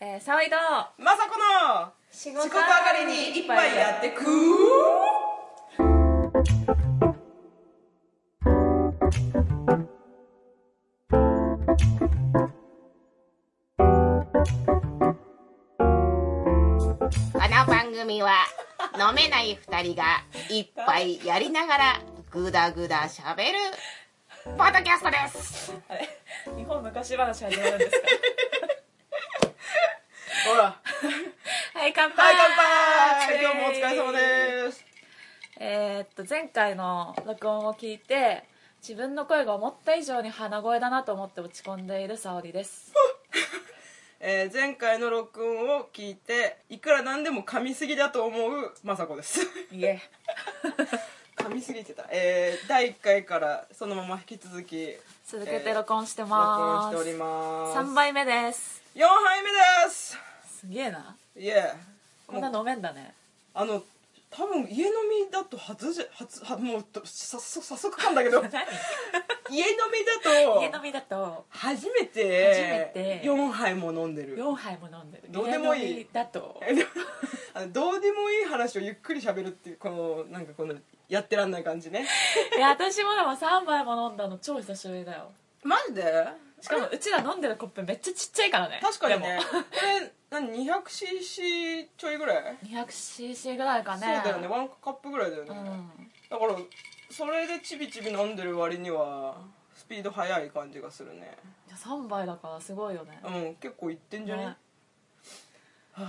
えー、沢井とまさこの仕仕事上がりに一杯やってくこの番組は飲めない二人が一杯やりながらぐだぐだしゃべるポッドキャストですあれ日本昔話始まるん ですほらかはい乾杯はい乾杯今日もお疲れ様ですえーっと前回の録音を聞いて自分の声が思った以上に鼻声だなと思って落ち込んでいる沙織ですえー前回の録音を聞いていくらなんでも噛みすぎだと思うまさこですいえ 噛みすぎてたえー第1回からそのまま引き続き続けて録音してえー録音ましてす、おります3杯目です4杯目ですすげえないえこんなもう飲めんだねあの多分家飲みだと初じゃ初はもうとささ早速噛んだ けど何家飲みだと家飲みだと初めて初めて4杯も飲んでる4杯も飲んでるどうでもいい家飲みだと あのどうでもいい話をゆっくり喋るっていうこのなんかこのやってらんない感じねいや私もでも3杯も飲んだの超久しぶりだよマジでしかもうちら飲んでるコップめっちゃちっちゃいからね確かにねでもこれ何 200cc ちょいぐらい、 200cc ぐらいかそうねだよねワンカップぐらいだよね、うだからそれでちびちび飲んでる割にはスピード速い感じがするねん3杯だからすごいよねうん結構いってんじゃねね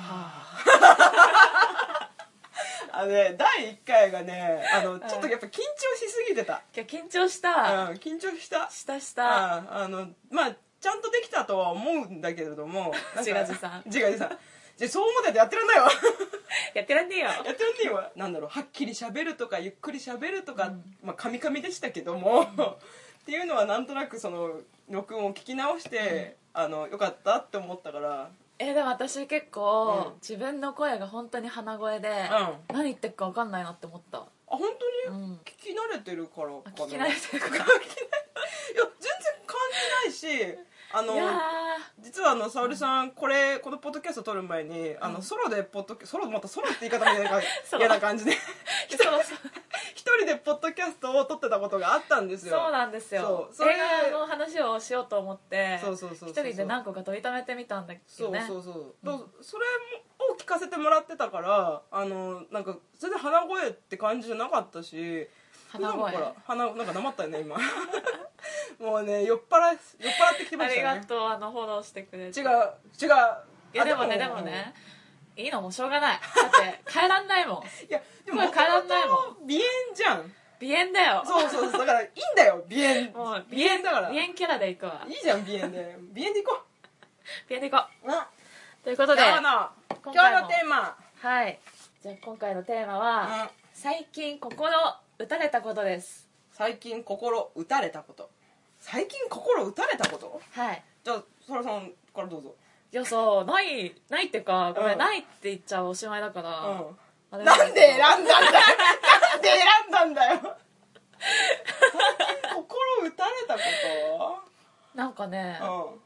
あのね第1回がねあのんちょっとやっぱ緊張しすぎてた、いや緊張しうんた、、緊張したしたしたああのまあちゃんとできたとは思うんだけれどもなんか自画自賛自画自賛じゃあそう思ってやってらんないわ やってらんねえよやってらんねえわなんだろうはっきり喋るとかゆっくり喋るとか、まあカミカミでしたけどもっていうのはなんとなくその録音を聞き直して、あのよかったって思ったからえでも私結構、うん自分の声が本当に鼻声で、う何言ってるか分かんないなって思ったあ本当に、うん聞き慣れてるからあか聞き慣れて るかいや全然感じないしあのいや実はあの沙織さんこれこのポッドキャスト撮る前にあのソロでポッドキャソロまたソロって言い方みたい なソロ嫌な感じで ーそうそう一人でポッドキャストを撮ってたことがあったんですよそうなんですよそうそれ映画の話をしようと思ってそうそうそうそう一人で何個か取りためてみたんだけそどうねそうそう、だそれもを聞かせてもらってたからあのなんか全然鼻声って感じじゃなかったし鼻なん声かほら鼻なんかなまったよね今 もうね酔っ払い酔っ払ってきてまあしりたよがねとうあのフォローしてくれて違う違ういやでもねでもねいいのもうしょうがないだって帰らんないも んいやでも声変えらんないもん元々鼻炎じゃん鼻炎だよそうそうそうだからいいんだよ鼻炎もう鼻炎だからい鼻炎キャラで行くわいじゃん鼻炎で鼻炎でいこ鼻炎で行こうなうということで今日の今今回も日のテーマはいじゃあ今回のテーマは、うん最近心打たれたことです最近心打たれたこと最近心打たれたことはいじゃあそらさんからどうぞいやそうないないっていうかごめん、うんないって言っちゃおしまいだかうら、んあれなんで選んだんだよなんで選んだんだよ最近心打たれたこなんかね、と、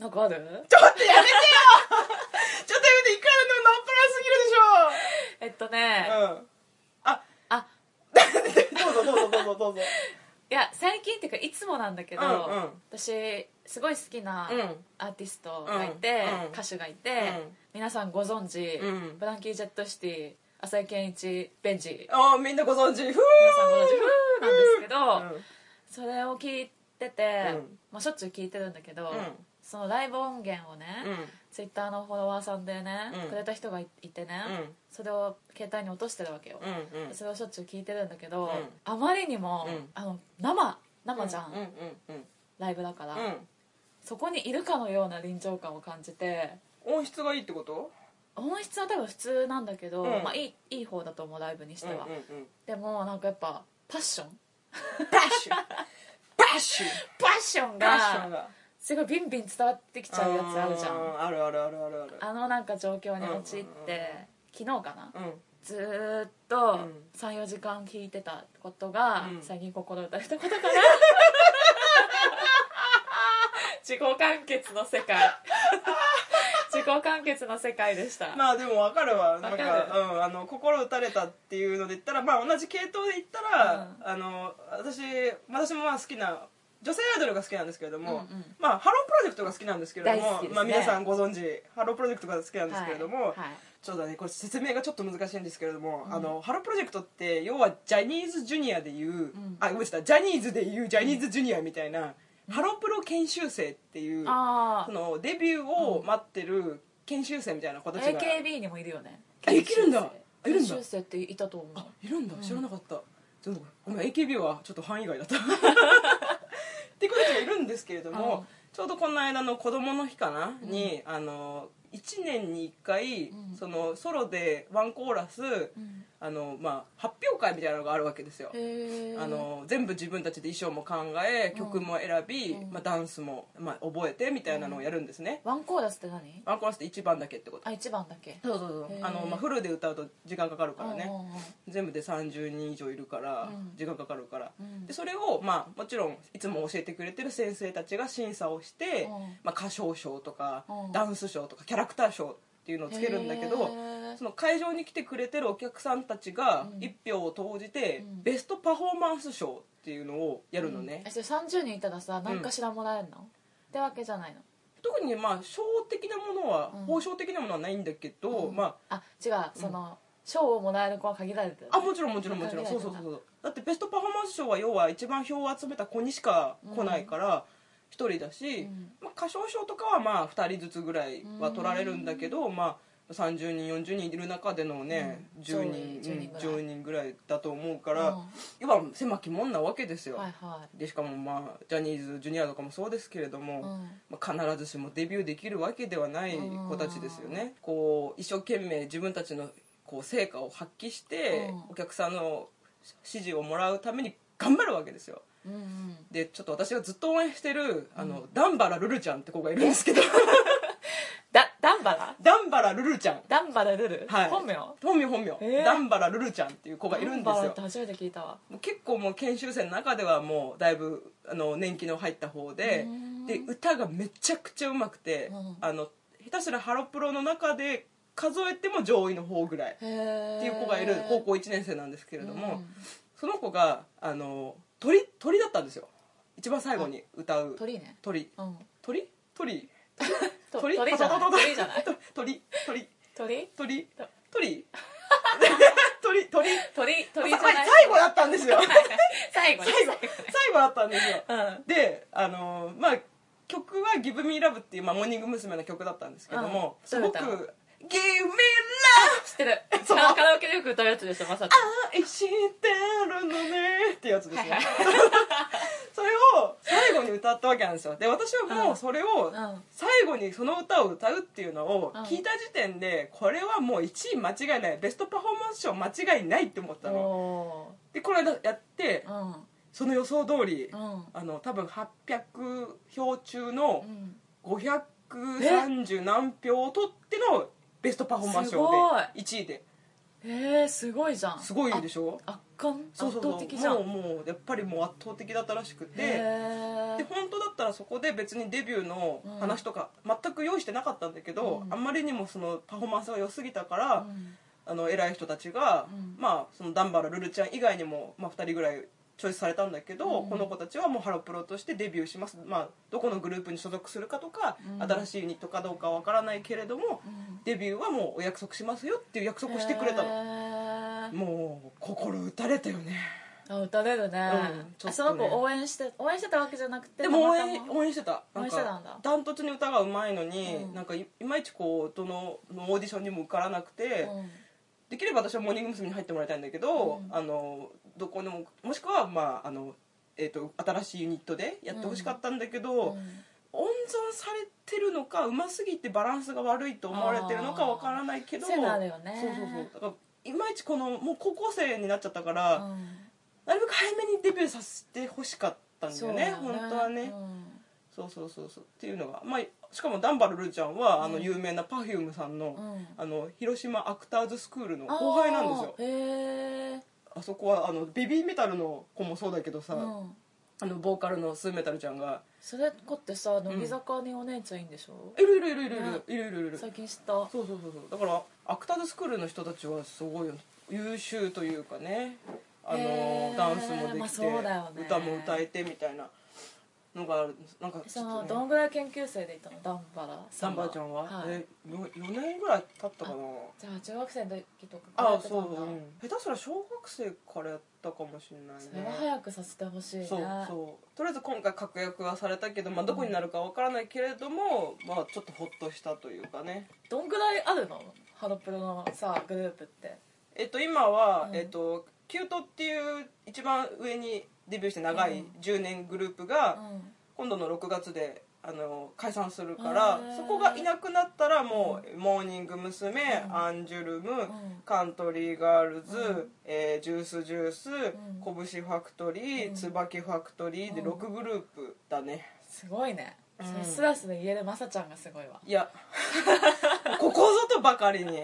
うん、なんかあるちょっとやめてよちょっとやめていくらえっとね、でもなっあぱらすぎるでしょ、うん、 どうぞどうぞどうぞどうぞいや最近っていうかいつもなんだけど、うんうん私すごい好きなうんアーティストがいて、うんうん歌手がいて、うん皆さんご存知、うんブランキー・ジェット・シティ浅井健一ベンジ皆ああみんなご存知ふうさんご存知ふーなんですけど、うんそれを聞いてて、うんまあ、しょっちゅう聞いてるんだけど、うんそのライブ音源をね、ツイッターのフォロワーさんでね、うんくれた人がいいてね、うんそれを携帯に落としてるわけよ、うんうんそれをしょっちゅう聞いてるんだけど、うんあまりにも、うんあの生生じゃん、うんうんうんライブだから、うんそこにいるかのような臨場感を感じて音質がいいってこと音質は多分普通なんだけど、うんまあ、いいいい方だと思うライブにしては、うんうんうんでもなんかやっぱパッションパッシュパッシュパッションパッションががすごいビンビン伝わってきちゃうやつあるじゃんあーあるあるあるあるあるあのなんか状況に陥って、うんうんうん昨日かなうんずーっとうん34時間聞いてたことが、うん最近心打たれたことかな 自己完結の世界己完結の世界でした、まあでも分かるわなんか分かうん、あの心打たれたっていうので言ったら、まあ、同じ系統で言ったら、あの私私もまあ好きな女性アイドルが好きなんですけれどうも、んうんまあ、ハロープロジェクトが好きなんですけれど大好も、きですねまあ、皆さんご存知ハロープロジェクトが好きなんですはいけれども、はいちょっとねこれ説明がちょっと難しいんですけれども、あのハロープロジェクトって要はジャニーズジュニアでいう、んあごめんなさいジャニーズでいうジャニーズジュニアみたいな、ハロプロ研修生っていうあそのデビューを待ってる研修生みたいな子あたちが、 AKB にもいるよねあいけるんだあいるんだ研修生っていたと思うあいるんだ知らなかった、ちょっとごめん AKB はちょっと範囲 外だったって子たちがいるんですけれども、うんちょうどこの間の「子どもの日」かなに、あの1年に1回、うんそのソロでワンコーラス、うんあのまあ、発表会みたいなのがあるわけですよへえあの全部自分たちで衣装も考え曲も選び、うんまあ、ダンスも、まあ、覚えてみたいなのをやるんですね、ワンコーラスって何ワンコーラスって1番だけってことあ一番だけそうそうそうへーあの、まあ、フルで歌うと時間かかるからねうんうんうん全部で30人以上いるから、うん時間かかるから、うんでそれを、まあ、もちろんいつも教えてくれてる先生たちが審査をして、うんまあ、歌唱賞とか、うんダンス賞とかキャラクター賞っていうのをつけるんだけど、へーその会場に来てくれてるお客さんたちがうん1票を投じて、うんベストパフォーマンス賞っていうのをやるのね、えそれ30人いたらさ何かしらもらえるの、ってわけじゃないの特にまあ賞的なものは、うん報奨的なものはないんだけど、まああ違うその賞をもらえる子は限られてるあもちろんもちろんもちろん考えそらうれたそうそうそうだってベストパフォーマンス賞は要は一番票を集めた子にしか来ないから一人だし、うんまあ、歌唱賞とかはまあ2人ずつぐらいは取られるんだけど、まあ、30人40人いる中でのね、うん10人上位うん10 10人ぐらいだと思うから、うん要は狭きもんなわけですよ、はいはでしかもまあジャニーズジュニアとかもそうですけれども、い、うんまあ、必ずしもデビューできるわけではない子たちですよね、こう一生懸命自分たちのこう成果を発揮して、うんお客さんの支持をもらうために頑張るわけですようんうんでちょっと私がずっと応援してるあの、ダンバラルルちゃんって子がいるんですけどだダンバラダンバラルルちゃん、ダンバラルル、はい、本名本名本名、えーダンバラルルちゃんっていう子がいるんですダンバラっよて初めて聞いたわもう結構もう研修生の中ではもうだいぶあの年季の入った方でうんで歌がめちゃくちゃうまくて、うんあの下手したらハロプロの中で数えても上位の方ぐらいへえっていう子がいる高校1年生なんですけれども、うんその子があの鳥鳥だったんですよ一番最後に歌う鳥ね鳥うん鳥鳥と鳥鳥じゃない鳥じゃない鳥鳥鳥鳥 鳥と鳥鳥鳥鳥鳥じゃない最後だったんですよ最後ね最後最後だったんですよ最後ねであのーまあ曲は「Give Me Love」っていう、まあ、モーニング娘。の曲だったんですけども、うんすごく「どうだ Give Me っ Love うん知ってるそうカラオケでよく歌うやつでしょまさか愛してるのね」ってやつですね、はいはそれを最後に歌ったわけなんですよで私はもうそれをうん最後にその歌を歌うっていうのをうん聞いた時点でこれはもう1位間違いないベストパフォーマンス賞間違いないって思ったのおでこの間やってーうんその予想通り、うんあの多分800票中の、うん530何票を取ってのベストパフォーマンス賞で1位でえー、すごいじゃんすごいでしょ圧巻そうそうそう圧倒的じゃんもうもうやっぱりもう圧倒的だったらしくてへで本当だったらそこで別にデビューの話とか全く用意してなかったんだけど、うんあんまりにもそのパフォーマンスが良すぎたかーらう、んあの偉い人たちが、うんまあそのダンバラルルちゃん以外にも、まあ、2人ぐらいチョイスされたんだけど、うんこの子たちはもうハロプロとしてデビューします、まあ、どこのグループに所属するかとか、うん新しいユニットかどうかわからないけれども、うんデビューはもうお約束しますよっていう約束をしてくれたの、へーもう心打たれたよねあ打たれるね,あ、うんちょっとねその子応援して応援してたわけじゃなくてでも応たま援たま応援してた応援してたんだダントツに歌がうまいのに、うんなんかいいまいちこうどのオーディションにも受からなくて、うんできれば私はモーニング娘。に入ってもらいたいんだけど、うんあのどこでももしくは、まああのえー、と新しいユニットでやってほしかったんだけど、うん温存されてるのかうますぎてバランスが悪いと思われてるのかわからないけどそういうのあるよねそうそうそうだからいまいちこのもう高校生になっちゃったから、なるべく早めにデビューさせてほしかったんだよね本当はね、そうそうそうそうっていうのが、まあ、しかもダンバルルちゃんは、あの有名な Perfume さんの,、うんあの広島アクターズスクールの後輩なんですよへえあそこはあのベビーメタルの子もそうだけどさ、うんあのボーカルのスーメタルちゃんがそれこってさ乃木坂にお姉ちゃんいいんでしょ、いるいるいるいるいるいるいるいる最近知ったそうそうそうそうだからアクターズスクールの人たちはすごいよ優秀というかねあへのーダンスもでまあきそうだよてね歌も歌えてみたいなのがあるなんかそのダどンんぐらい研究生でいたのダンバラサンバちゃんは、はいえよ4年ぐらい経ったかなじゃあ中学生の時とかあやあってたんそだうそう、うん下手すら小学生からやったかもしれないねそれは早くさせてほしいねそうそうとりあえず今回確約はされたけど、まあ、どこになるかわからないけれども、まあ、ちょっとほっとしたというかねどんぐらいあるのハロプロのさグループってえっと今は、うんえっとキュートっていう一番上にデビューして長ういん10年グループうがん今度の6月であの解散するかあらーそこがいなくなったらもうモーニング娘。うんアンジュルムんカントリーガールズ、うんえージュースジュース、ん拳ファクトリー、うん椿ファクトリーでうん6グループだねすごいねうんそれスラスで言えるまさちゃんがすごいわいや ここぞとばかりに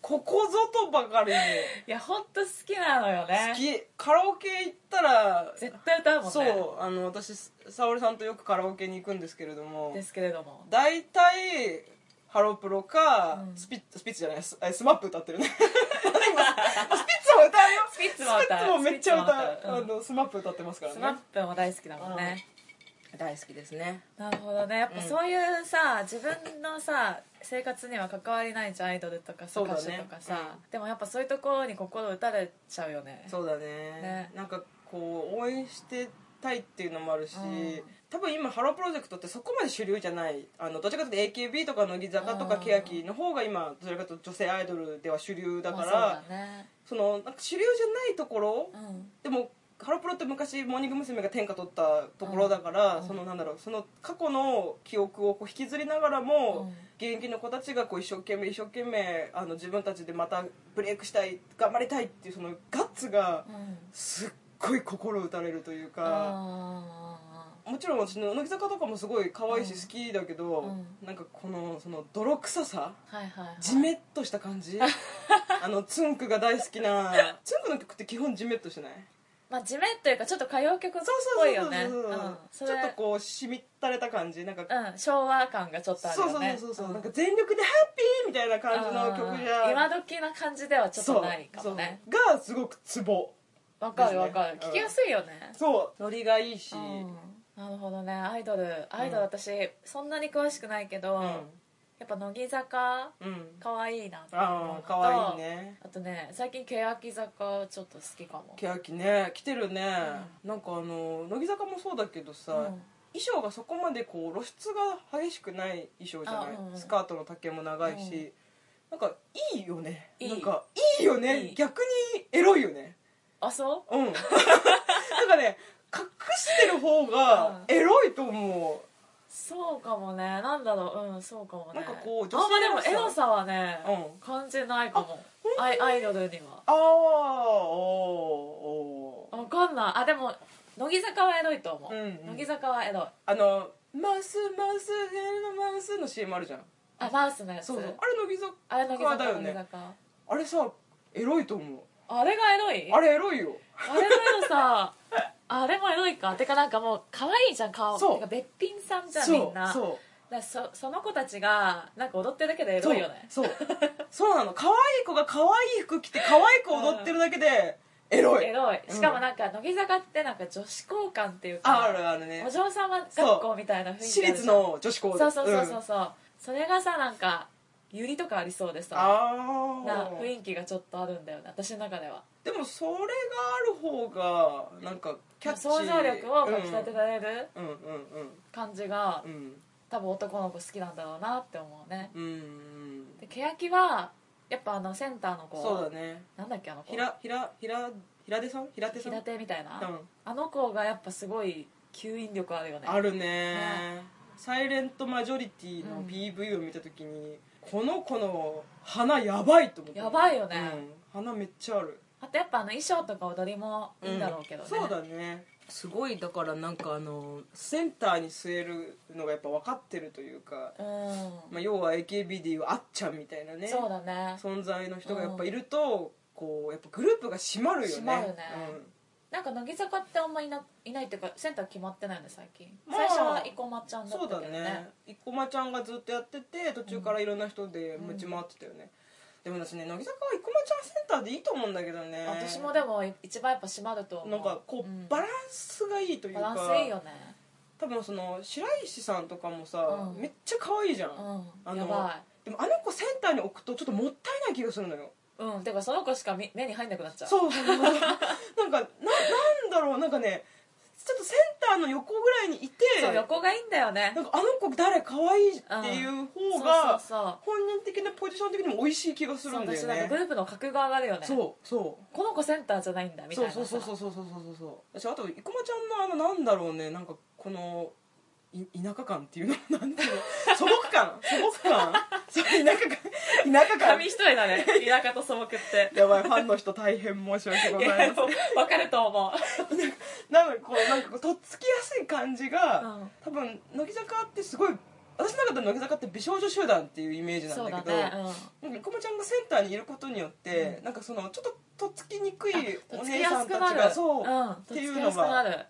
ここぞとばかりにいやほんと好きなのよね好きカラオケ行ったら絶対歌うもんねそうあの私沙織さんとよくカラオケに行くんですけれどもですけれども大体ハロプロか、うんスピッツスピッツじゃないスえスマップ 歌ってるね今ススピッツも歌うよスピッツも歌うスピッツもめっちゃスピッツ歌も歌うう、うんあのスマップ歌ってますからスマッねプも大好きだもんね、大好きですねなるほどねやっぱうんそういうさ、自分のさ生活には関わりないじゃんアイドルとかさそうだ歌ね手とかさ、でもやっぱそういうところに心打たれちゃうよねそうだねねなんかこう応援してたいっていうのもあるうし、ん多分今ハロープロジェクトってそこまで主流じゃないあのどちらかというと AKB とか乃木坂とかうん欅の方が今どちらかというと女性アイドルでは主流だまかあら、そうだねそのなんか主流じゃないところうんでもハロプロって昔モーニング娘。が天下取ったところだから、うんそのなんだろうその過去の記憶をこう引きずりながらも、うん現役の子たちがこう一生懸命一生懸命あの自分たちでまたブレイクしたい頑張りたいっていうそのガッツがうんすっごい心打たれるというか。あもちろん私の乃木坂とかもすごい可愛いしうん好きだけど、うなんかこのその泥臭さーはいはい、はい、ジメッとした感 じあのつんくが大好きなつんくの曲って基本ジメッとしてないまあ地面というかちょっと歌謡曲っそうぽそういそようそうねそうそううんそちれょっとこうしみったれた感じなんか、うん昭和感がちょっとあるそようそうそうねそうそう、んなんか全力でハッピーみたいな感じの曲じうんゃ今時な感じではちょっとないかもねそうそうがすごくツボわかるわかる、です聞ねうんきやすいよねそうノリがいいし、うん、なるほどねアイドルアイドルうん私、そんなに詳しくないけど、うんやっぱ乃木坂うんかわいいなって思うあのあとかわいいねあとね最近欅坂ちょっと好きかも欅ね来てるね、なんかあの乃木坂もそうだけどさ、うん衣装がそこまでこう露出が激しくない衣装じゃない、あうんうんスカートの丈も長いし、なんかいいよねいいなんかいいよねいい逆にエロいよねあそ うんなんかね隠してる方がエロいと思うそうかもねなんだろううんそうかもねなんかこう女性あんまでもらしさエロさはね、うん感じないかもアイアイドルにはうああおーおーわかんないあでも乃木坂はエロいと思う、うんうん乃木坂はエロいあの「マスマスヘルマス」の CM あるじゃんあマウスのやつそうそうあれ乃木あれ乃木坂坂だよ乃木ね坂あれさエロいと思うあれがエロいあれエロいよあれもエロさあれもエロいかてかなんかもう可愛いじゃん顔そうてかべっぴんさんじゃんみそんなうそだからそその子たちがなんか踊ってるだけでエうそロういよねそうそうなの可愛い子が可愛い服着て可愛い子踊ってるだけでエロいエロいうんしかもなんか乃木坂ってなんか女子交換っていうあかあるあるねお嬢様学校みたいな雰囲気あるじ私ゃん立の女子校そうそうそうそうあそう、それがさなんかユリとかありそうでさなあー雰囲気がちょっとあるんだよね私の中ではでもそれがある方がなんかキャッチ想像力をかきたてられるうんうん感じが、うんうん多分男の子好きなんだろうなって思うねうんうんで欅はやっぱあのセンターの子そうだねなんだっけあの子ひらひらひらひらでさんひらてさん平手みたいな、うんあの子がやっぱすごい吸引力あるよねあるねねサイレントマジョリティうのん PV を見た時に、この子の鼻やばいと思ったやばいよねうん、鼻めっちゃあるあとやっぱあの衣装とか踊りもいいんだろうけどね、そうだねすごいだからなんかあのセンターに据えるのがやっぱ分かってるというか、うんまあ、要は AKB でいうあっちゃんみたいなねそうだね存在の人がやっぱいると、こうやっぱグループが締まるよね締まるねうんなんか乃木坂ってあんまいないないっていうかセンター決まってないんで最近、まあ最初は生駒ちゃんだっそたうけどだねね生駒ちゃんがずっとやってて途中からいろんな人で持ち回ってたよね、でも私ね乃木坂は生駒ちゃんセンターでいいと思うんだけどね私もでも一番やっぱ締まると思うなんかこう、んバランスがいいというバかランスいいよね多分その白石さんとかもさ、うんめっちゃ可愛いじゃん、うあんのやばでもあの子センターに置くとちょっともったいない気がするのよいうんてかその子しかみ目に入んなくなっちゃうそう なんかななんだろうなんかねちょっとセンターの横ぐらいにいてそう横がいいんだよねなんかあの子誰可愛いっていうそう方そがうそう本人的なポジション的にも美味しい気がすそうるんだよ私なんかグねループの格が上がるよねそうそうこの子センターじゃないんだみたいそうなさそうそうそうそうそうそうそう私あと生駒ちゃんのあのなんだろうねなんかこのい田舎感っていうのなんていうの素朴感素朴感そう田舎感田舎感紙一重だ ね田舎と素朴ってやばいファンの人大変申し訳ごいざやい分ませんかると思なんかこうなんかこうとっつきやすい感じが、うん多分乃木坂ってすごい私の中で乃木坂って美少女集団っていうイメーうジなんそうだだけどねなんか生駒ちゃんがセンターにいることによって、うなんかそのちょっととっつきにくいうんおとっつき姉やさすんくたなちるがそう、うんとっつきやすくなる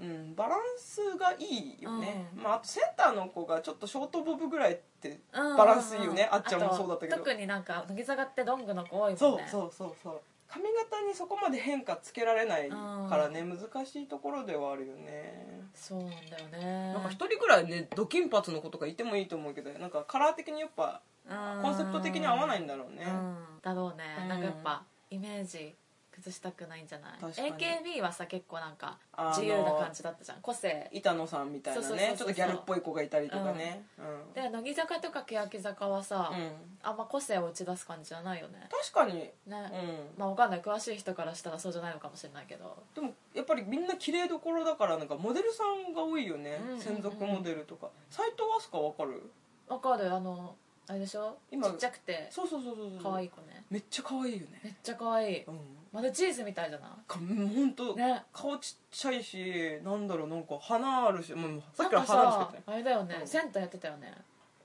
うん、バランスがいいよね、うまあ、あとセンターの子がちょっとショートボブぐらいってうんバランスいいよね、んあっちゃんもそうだったけどあと特になんか乃木坂ってどんぐの子多いもんねそうそうそうそう髪型にそこまで変化つけられないからね、難しいところではあるよねそうなんだよねなんか一人ぐらいねド金髪の子とかいてもいいと思うけどなんかカラー的にやっぱコンセプト的に合わないんだろうね、うんだろうね、うんなんかやっぱイメージ崩したくないんじゃない確かに AKB はさ結構なんかあの自由な感じだったじゃん個性板野さんみたいなそうそうそうそねうちょっとギャルっぽい子がいたりとかね、うんで乃木坂とか欅坂はさ、うんあんま個性を打ち出す感じじゃないよね確かに、うね、ん、まあわかんない詳しい人からしたらそうじゃないのかもしれないけどでもやっぱりみんな綺麗どころだからなんかモデルさんが多いよね、うんうんうん専属モデルとか斎藤飛鳥わかるわかるあのあれでしょち今っちゃくてそうそうそうそうそう可愛い子ねめっちゃ可愛いよねめっちゃ可愛いうんまだチーズみたいじゃなかほんといね顔ちっちゃいしなんだろうなんか鼻あるしもうさっきなからん鼻あるしかさ言ってあれだよね、うんセンターやってたよね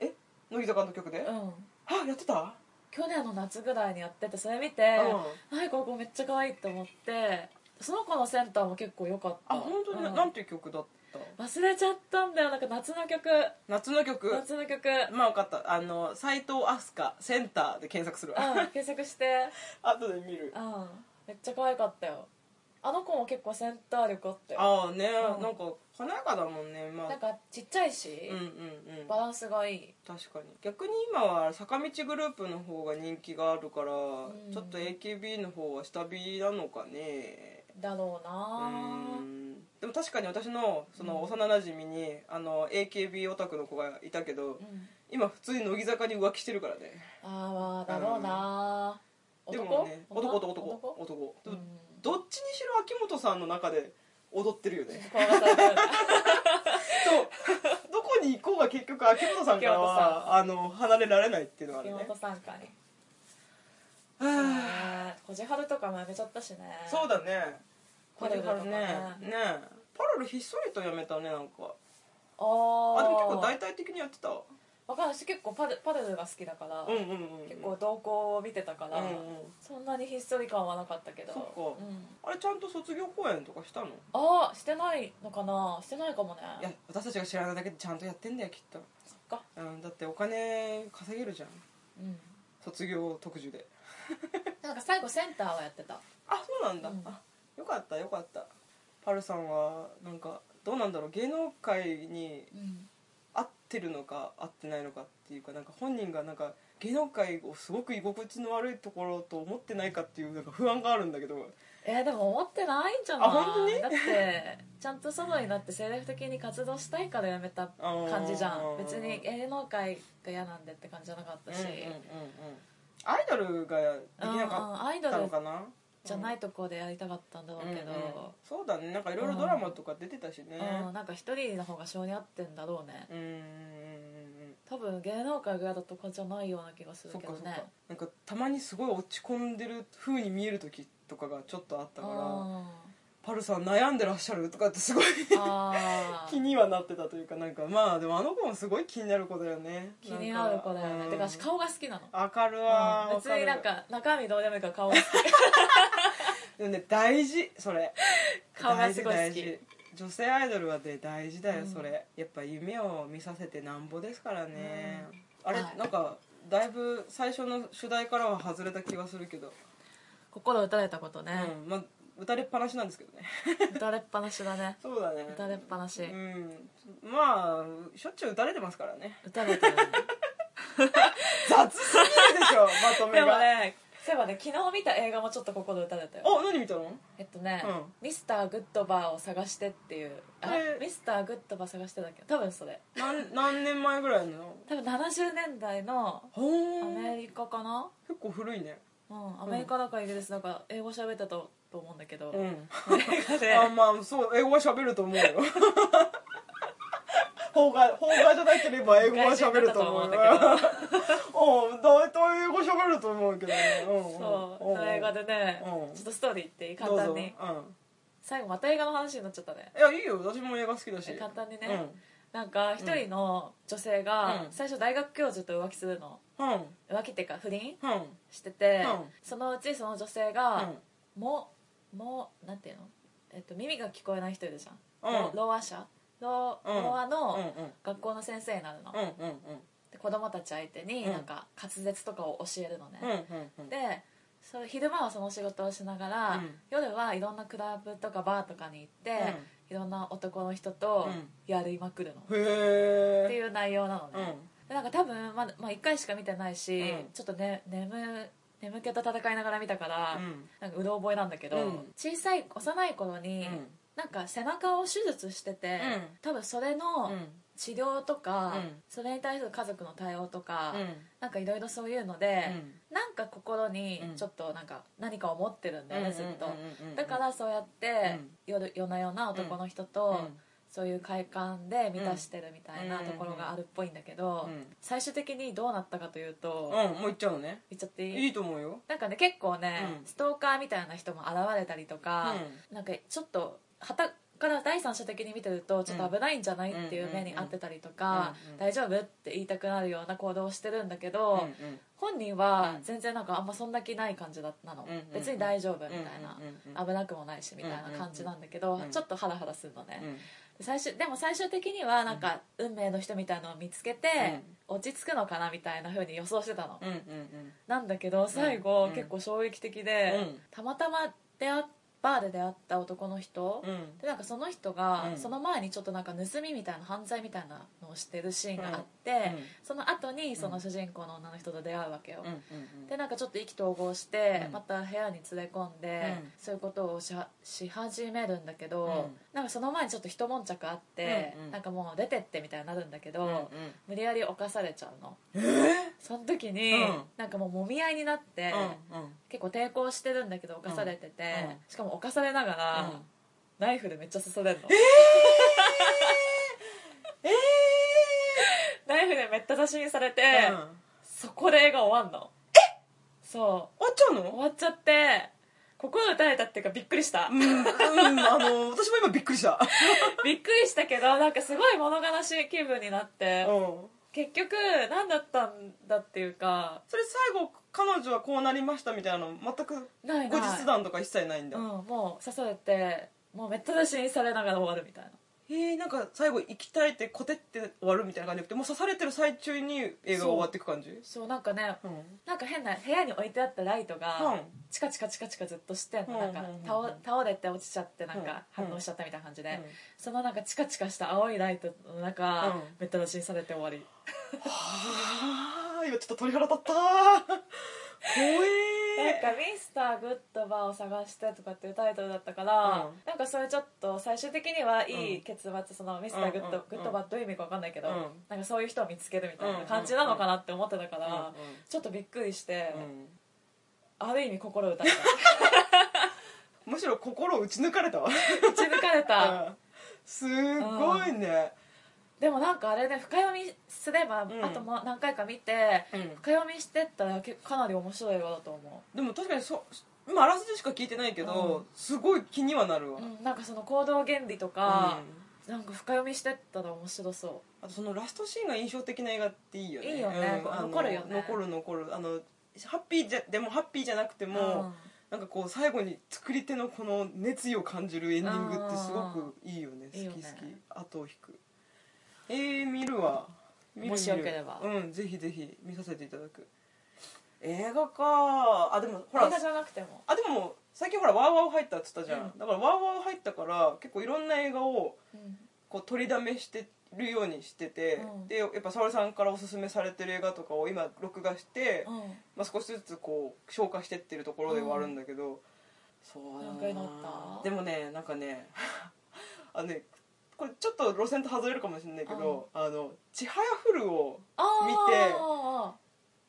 ない乃木坂の曲で、うあんやってた、去年の夏ぐらいにやっててそれ見て、うんはいこの子めっちゃ可愛いって思ってその子のセンターも結構良かったあ本当に、うんなんていう曲だった忘れちゃったんだよなんか夏の曲夏の曲夏の曲まあ分かったあの斎藤飛鳥センターで検索するわ、うん検索して 後で見るうんめっちゃ可愛かったよあの子も結構センター力あったよああね、うんなんか華やかだもんねまあなんかちっちゃいし、うんうんうんバランスがいい確かに逆に今は坂道グループの方が人気があるから、んちょっと AKB の方は下火なのかねだろううなぁんでも確かに私のその幼なじみに、あの AKB オタクの子がいたけうどん今普通に乃木坂に浮気してるからねああだろうなぁで男もね男男男男男でうもんどっちにしろ秋元さんの中で踊ってるよ ね怖がったよねそうどこに行こうが結局秋元さんからはあの離れられないっていうのがあ秋るね元参加にはあねこじはるとかもやめちゃったしねそうだねパラレルとかねねねパラルひっそりとやめたねなんかあーあでも結構大体的にやってたわわかんない私結構パルパルルが好きだから、うんうんうんうん結構動向を見てたから、うんうんそんなにひっそり感はなかったけどそっかうんあれちゃんと卒業公演とかしたのああしてないのかなしてないかもねいや私たちが知らないだけでちゃんとやってんだよきっと、そっかうん、だってお金稼げるじゃんうん卒業特需で なんか最後センターはやってたあそうなんだ、うんあよかったよかったパルさんはなんかどうなんだろう芸能界にうん合ってるのか合ってないのかっていうかなんか本人がなんか芸能界をすごく居心地の悪いところと思ってないかっていうなんか不安があるんだけどえーでも思ってないんじゃないあ本当にだってちゃんとソロになって精力的に活動したいからやめた感じじゃあんー別に芸能界が嫌なんでって感じじゃなかったし、うんうんうんうんアイドルができなかうんアイっドたルのかなじゃないいとこでやりたかったんだろうけど、そうだねなんかいろいろドラマとか出てたしねうんなんか一人の方が性に合ってんだろうねうんうんうんうんうん多分芸能界が嫌だとかじゃないような気がするそっけかどそっかねなんかたまにすごい落ち込んでる風に見える時とかがちょっとあったからあ「パルさん悩んでらっしゃる?」とかってすごいーあ 気ーにはなってたというかなんかまあでもあの子もすごい気になる子だよね気になる子だよなねんてか私うん顔が好きなのわかるわ うん別になんか中身どうでもいいから顔が好きでもね大事それ 顔がすごい好大事き大事女性アイドルはね大事だよそれ、やっぱ夢を見させてなんぼですからね、あれ、はいなんかだいぶ最初の主題からは外れた気がするけど、心打たれたことね、うんまあ歌れっぱなしなんですけどね打たれっぱなしだねそうだね打たれっぱなし、うんまあしょっちゅう打たれてますからね打たれてるね雑すぎる でしょ まとめでもが、ねそういえばね昨日見た映画もちょっと心打たれたよお何見たのえっとね、うんミスターグッドバーを探してっていうあ、えーミスターグッドバー探してだっけ多分それなん何年前ぐらいの多分70年代のほアーメリカかな結構古いねうんアメリカだかイギリスだか英語喋ってたと思うんだけど、う 映ん画 であまあそう英語は喋ると思 うよ邦画邦画じゃなければ英語は喋ると思うようん外人だと思うんだ大体英語喋ると思うけどね、うんんそうの映画でねうんちょっとストーリー言っていいど簡うぞ単にう最後また映画の話になっちゃったねん、いやいいよ私も映画好きだしえ簡単にねうなんか一人の女性がうん最初大学教授と浮気するのんうん浮気っていうか不倫うんしてて、うんそのうちその女性が、ももなんていうの、えっと、耳が聞こえない人いるじゃん、うんろろア者ろうんろアうんうんの学校の先生になるの、うんうんうんで子供たち相手にうんなんか滑舌とかを教えるのうんね、うんうんでそう昼間はその仕事をしながら、うん夜はいろんなクラブとかバーとかに行って、いろんな男の人とうんやりまくるの、うんへえっていう内容なのね、うんでなんか多分まだ、まあ、1回しか見てないし、うんちょっとね眠眠気と戦いながら見たから、うんなんかうろ覚えなんだけど、うん小さい幼い頃に、うんなんか背中を手術してて、うん多分それの治療とか、うんそれに対する家族の対応とか、うんなんかいろいろそういうので、うんなんか心にうんちょっとなんか何かを持ってるんだよね、ずっと、うんうんうんうんだからそうやって、ん夜夜な夜な男の人うと、んそういう快感で満たしてるみたいなところがあるっぽいんだけど、うん最終的にどうなったかというと、うんもう行っちゃうのね言っちゃっていいいいと思うよなんかね結構ね、うんストーカーみたいな人も現れたりとか、なんかちょっとはたから第三者的に見てるとちょっと危ないんじゃないっていう目に遭ってたりとか、うんうんうん大丈夫って言いたくなるような行動をしてるんだけうど、んうん本人はうん全然なんかあんまそんな気ない感じだったの、うんうん別に大丈夫みたいな、うんうんうん危なくもないしみたいな感じなんだけど、んうんちょっとハラハラするのね、うん最終でも最終的にはなんか運命の人みたいのを見つけて落ち着くのかなみたいな風に予想してたの、うんうんなんだけど最後、うん結構衝撃的で、うんたまたま出会っバーで出会った男の人、うんうんでなんかその人が、うんその前にちょっとなんか盗みみたいな犯罪みたいなのをしてるシーンがあって、うんその後にその主人公の女の人と出会うわけよ、うんうんでなんかちょっと意気投合して、うんまた部屋に連れ込んで、うんそういうことをしはし始めるんだけど、うんなんかその前にちょっと一悶着あって、うんうんなんかもう出てってみたいになるんだけど、うんうん無理やり犯されちゃうのその時に、うんなんかもうもみ合いになって、うんうん結構抵抗してるんだけど犯されてて、うんうんしかも犯されながら、うんナイフでめっちゃ刺されるの、えナイフでめった刺しにされて、えうんそこで映画終わんのえそう終わっちゃう終のわっちゃって心打たれたっていうかびっくりしたうんうんあの私も今びっくりした びっくりしたけどなんかすごい物悲しい気分になってうん結局何だったんだっていうかそれ最後彼女はこうなりましたみたいなの全くないな後い日談とか一切ないんうだんもう刺されてもうめった出しにされながら終わるみたいなえーなんか最後行きたいってコテって終わるみたいな感じじゃなくてもう刺されてる最中に映画が終わっていく感じそうなんかねうんなんか変な部屋に置いてあったライトうがんチカチカチカチカずっとしてんのなんかうんうんうん倒倒れて落ちちゃってなんかうん反応しちゃったみたいな感じうでんそのなんかチカチカした青いライトの中、うんめった出しにされて終わりああ今ちょっと鳥肌立った怖なんえか「ミスターグッドバーを探して」とかっていうタイトルだったから、うんなんかそれちょっと最終的にはいうんい結末そのミスターグッド、うんうんグッドバーどういう意味か分かんないけど、うんなんかそういう人を見つけるみたいな感じなのかなって思ってたから、うんうんちょっとびっくりして、うんある意味心打たれた むしろ心を打ち抜かれたわ打ち抜かれた、うんすごいねでもなんかあれね深読みすれば、んあともう何回か見て、うん深読みしてったらけかなり面白い映画だと思でも確かにそ今あらすじしか聞いてないけど、すごい気にはなるわ、う、うんうんなんかその行動原理とか、なんか深読みしてったら面白そうあとそのラストシーンが印象的な映画っていいよねいいよねうんあの残るよね残る残るあのハッピーじゃでもハッピーじゃなくても、うんなんかこう最後に作り手のこの熱意を感じるエンディングってすごくいいよねうんうんうん好き好きいいよね後を引くえー、見るわ見る見るもしよければうんぜひぜひ見させていただく映画かあでもほら映画じゃなくてもあでも最近ほらワーワー入ったっつったじゃん、うだからワーワー入ったから結構いろんな映画をうんこう取りだめしてるようにしてて、うんでやっぱ沙織さんからおすすめされてる映画とかを今録画して、うんまあ、少しずつこう消化してってるところではあるんだけど、そうだなんかな祈ったでもねなんかね あのねこれちょっと路線と外れるかもしれないけど「あのちはやふる」をああ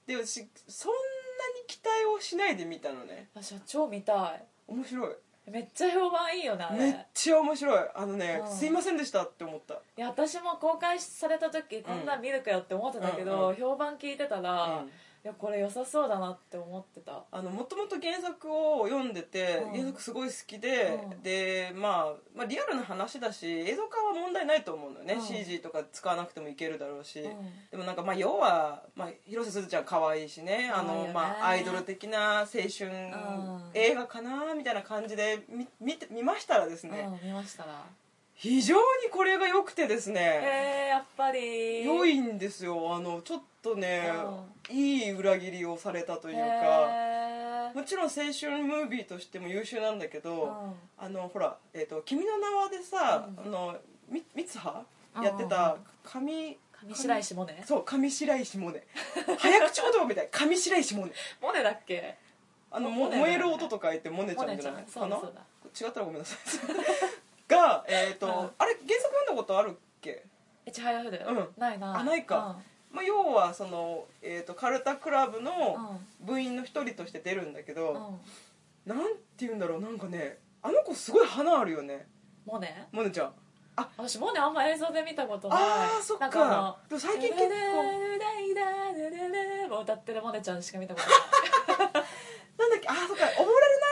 で私そんなに期待をしないで見たのね見て私は超見たい面白いめっちゃ評判いいよねあれめっちゃ面白いあのね、うんすいませんでしたって思った、いや私も公開された時こんなん見るかよって思ってたけうんど、うん評判聞いてたら、うんいやこれ良さそうだなって思ってたあのもともと原作を読んでて、うん原作すごい好きで、うんで、まあ、まあリアルな話だし映像化は問題ないと思うのよね、うん CG とか使わなくてもいけるだろうし、うんでもなんかまあ要は、まあ、広瀬すずちゃん可愛いしねあ可愛いよのねまあアイドル的な青春ん映画かなみたいな感じで見見て見ましたらですね、うん見ましたら非常にこれが良くてですえーね、、やっぱり良いんですよあのちょっとね、いい裏切りをされたとというか。もちろん青春ムービーとしても優秀なんだけど、あのほら、えーと「君の名は」でさ、うんあのみ三葉うんやってた上上白石萌音そう上白石萌音 早口言葉みたい上白石萌音萌音だっけあのもも萌音だよね燃える音と書いて萌音ちゃ萌音んじちゃゃなんいそかうなだそうだ違ったらごめんなさい がえっ、と、うんあれ原作読んだことあるっけえちはやふる、うんないなあないか、まあ、要はその、えー、とカルタクラブうんの部員の一人として出るんだけど、うんうんなんて言うんだろうなんかねあの子すごい花あるよね萌音萌音ちゃん私萌音あんま映像で見たことないあーそっかなんかあのでも最近結構もう歌ってるモネちゃんしか見たことなんだっけあーそっか溺れるナイ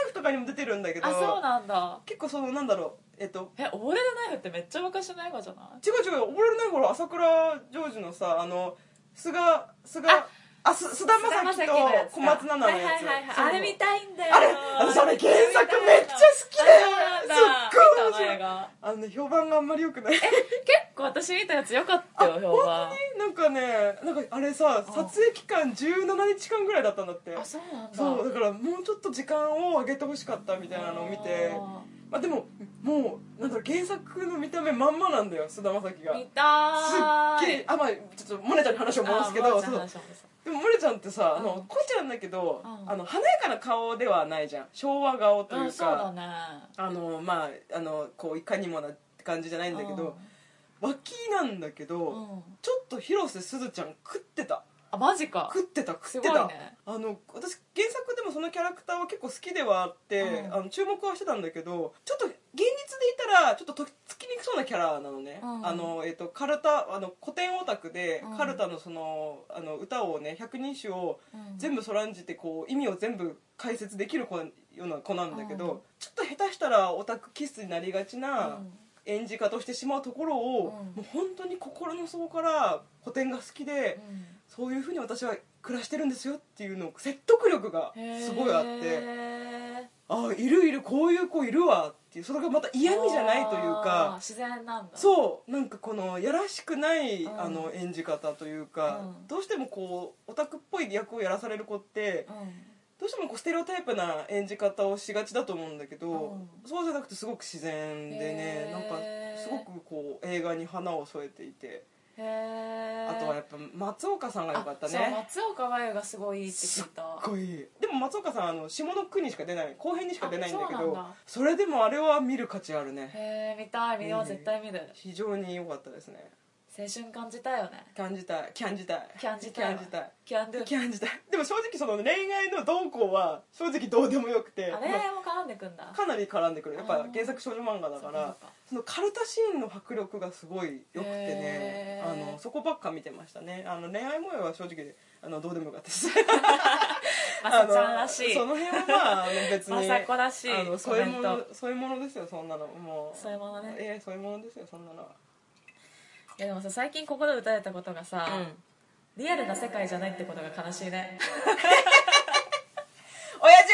フとかにも出てるんだけどないあそうなんだ結構そのなんだろうえっとえ溺れるナイフってめっちゃ昔の映画じゃない違う違う溺れるナイフほら朝倉ジョージのさあの菅菅あす菅田将暉と小松菜奈のやはつ、いはいはいそうはい、あれ見たいんだよあれ私あれ原作めっちゃ好きであそうなんだすっごい見面たの白映い画あのね評判があんまり良くない結構私見たやつ良かったあよ本評判当に なんかねなんかあれさうん撮影期間17日間ぐらいだったんだってあそうなんだそうだからもうちょっと時間をあげてほしかったみたいなのを見てまあでももうなんだろう原作の見た目まんまなんだよ菅田将暉が見たすっげえあまあちょっとモネちゃんの話を戻すけどそうそうでもモネちゃんってさあうのんこちゃんだけどうんあの華やかな顔ではないじゃん昭和顔とういんうそうだかねあのまああのこういかにもなって感じじゃないんだけど脇なんだけうんどうんちょっと広瀬すずちゃん食ってたあマジか食ってた食すってごいた、ねあの私原作でもそのキャラクターは結構好きではあって、うんあの注目はしてたんだけどちょっと現実でいたらちょっととっつきにくそうなキャラなのね、うんあのえっとカルタあの古典オタクで、うんカルタのそのあの歌をね百人首を全部部そらんじてこう意味を全部解説できる子ような子なんだけど、ちょっと下手したらオタク気質になりがちな演じ方をしてしまうところを、うんもう本当に心の底から古典が好きで。そういうふうに私は暮らしてるんですよっていうのを説得力がすごいあってああいるいるこういう子いるわっていうそれがまた嫌味じゃないというあーか自然なんだそうなんかこのやらしくない、うんあの演じ方というか、うんどうしてもこうオタクっぽい役をやらされる子ってうん、どうしてもこうステレオタイプな演じ方をしがちだと思うんだけど、うそうじゃなくてすごく自然でねへーなんかすごくこう映画に花を添えていてへえあとはやっぱ松岡さんが良かったね。そう松岡真優がすごいいいって聞いたすっごいでも松岡さんあの下の句にしか出ない後編にしか出ないんだけあそうなどんだそれでもあれは見る価値あるねへえ見たい見よううん絶対見る非常に良かったですね青春感じたよね感じたい感じたい感じたいわ感じたいキャンドゥ感じたいでも正直その恋愛の動向は正直どうでもよくてあれまも絡んでくんだあかなり絡んでくるやっあぱー原作少女漫画だかそらうかそのカルタシーンの迫力がすごい良くてねへあーのそこばっか見てましたねあの恋愛模様は正直あのどうでもよかったですそうかまさちゃんらしいあのその辺はまああの別にまさこらしいあのそういうもコメのンそういうものですよそんなのもうそういうものねええそういうものですよそんなのはいやでもさ最近ここで歌えたことがさ、うん リアルな世界じゃないってことが悲しいね親父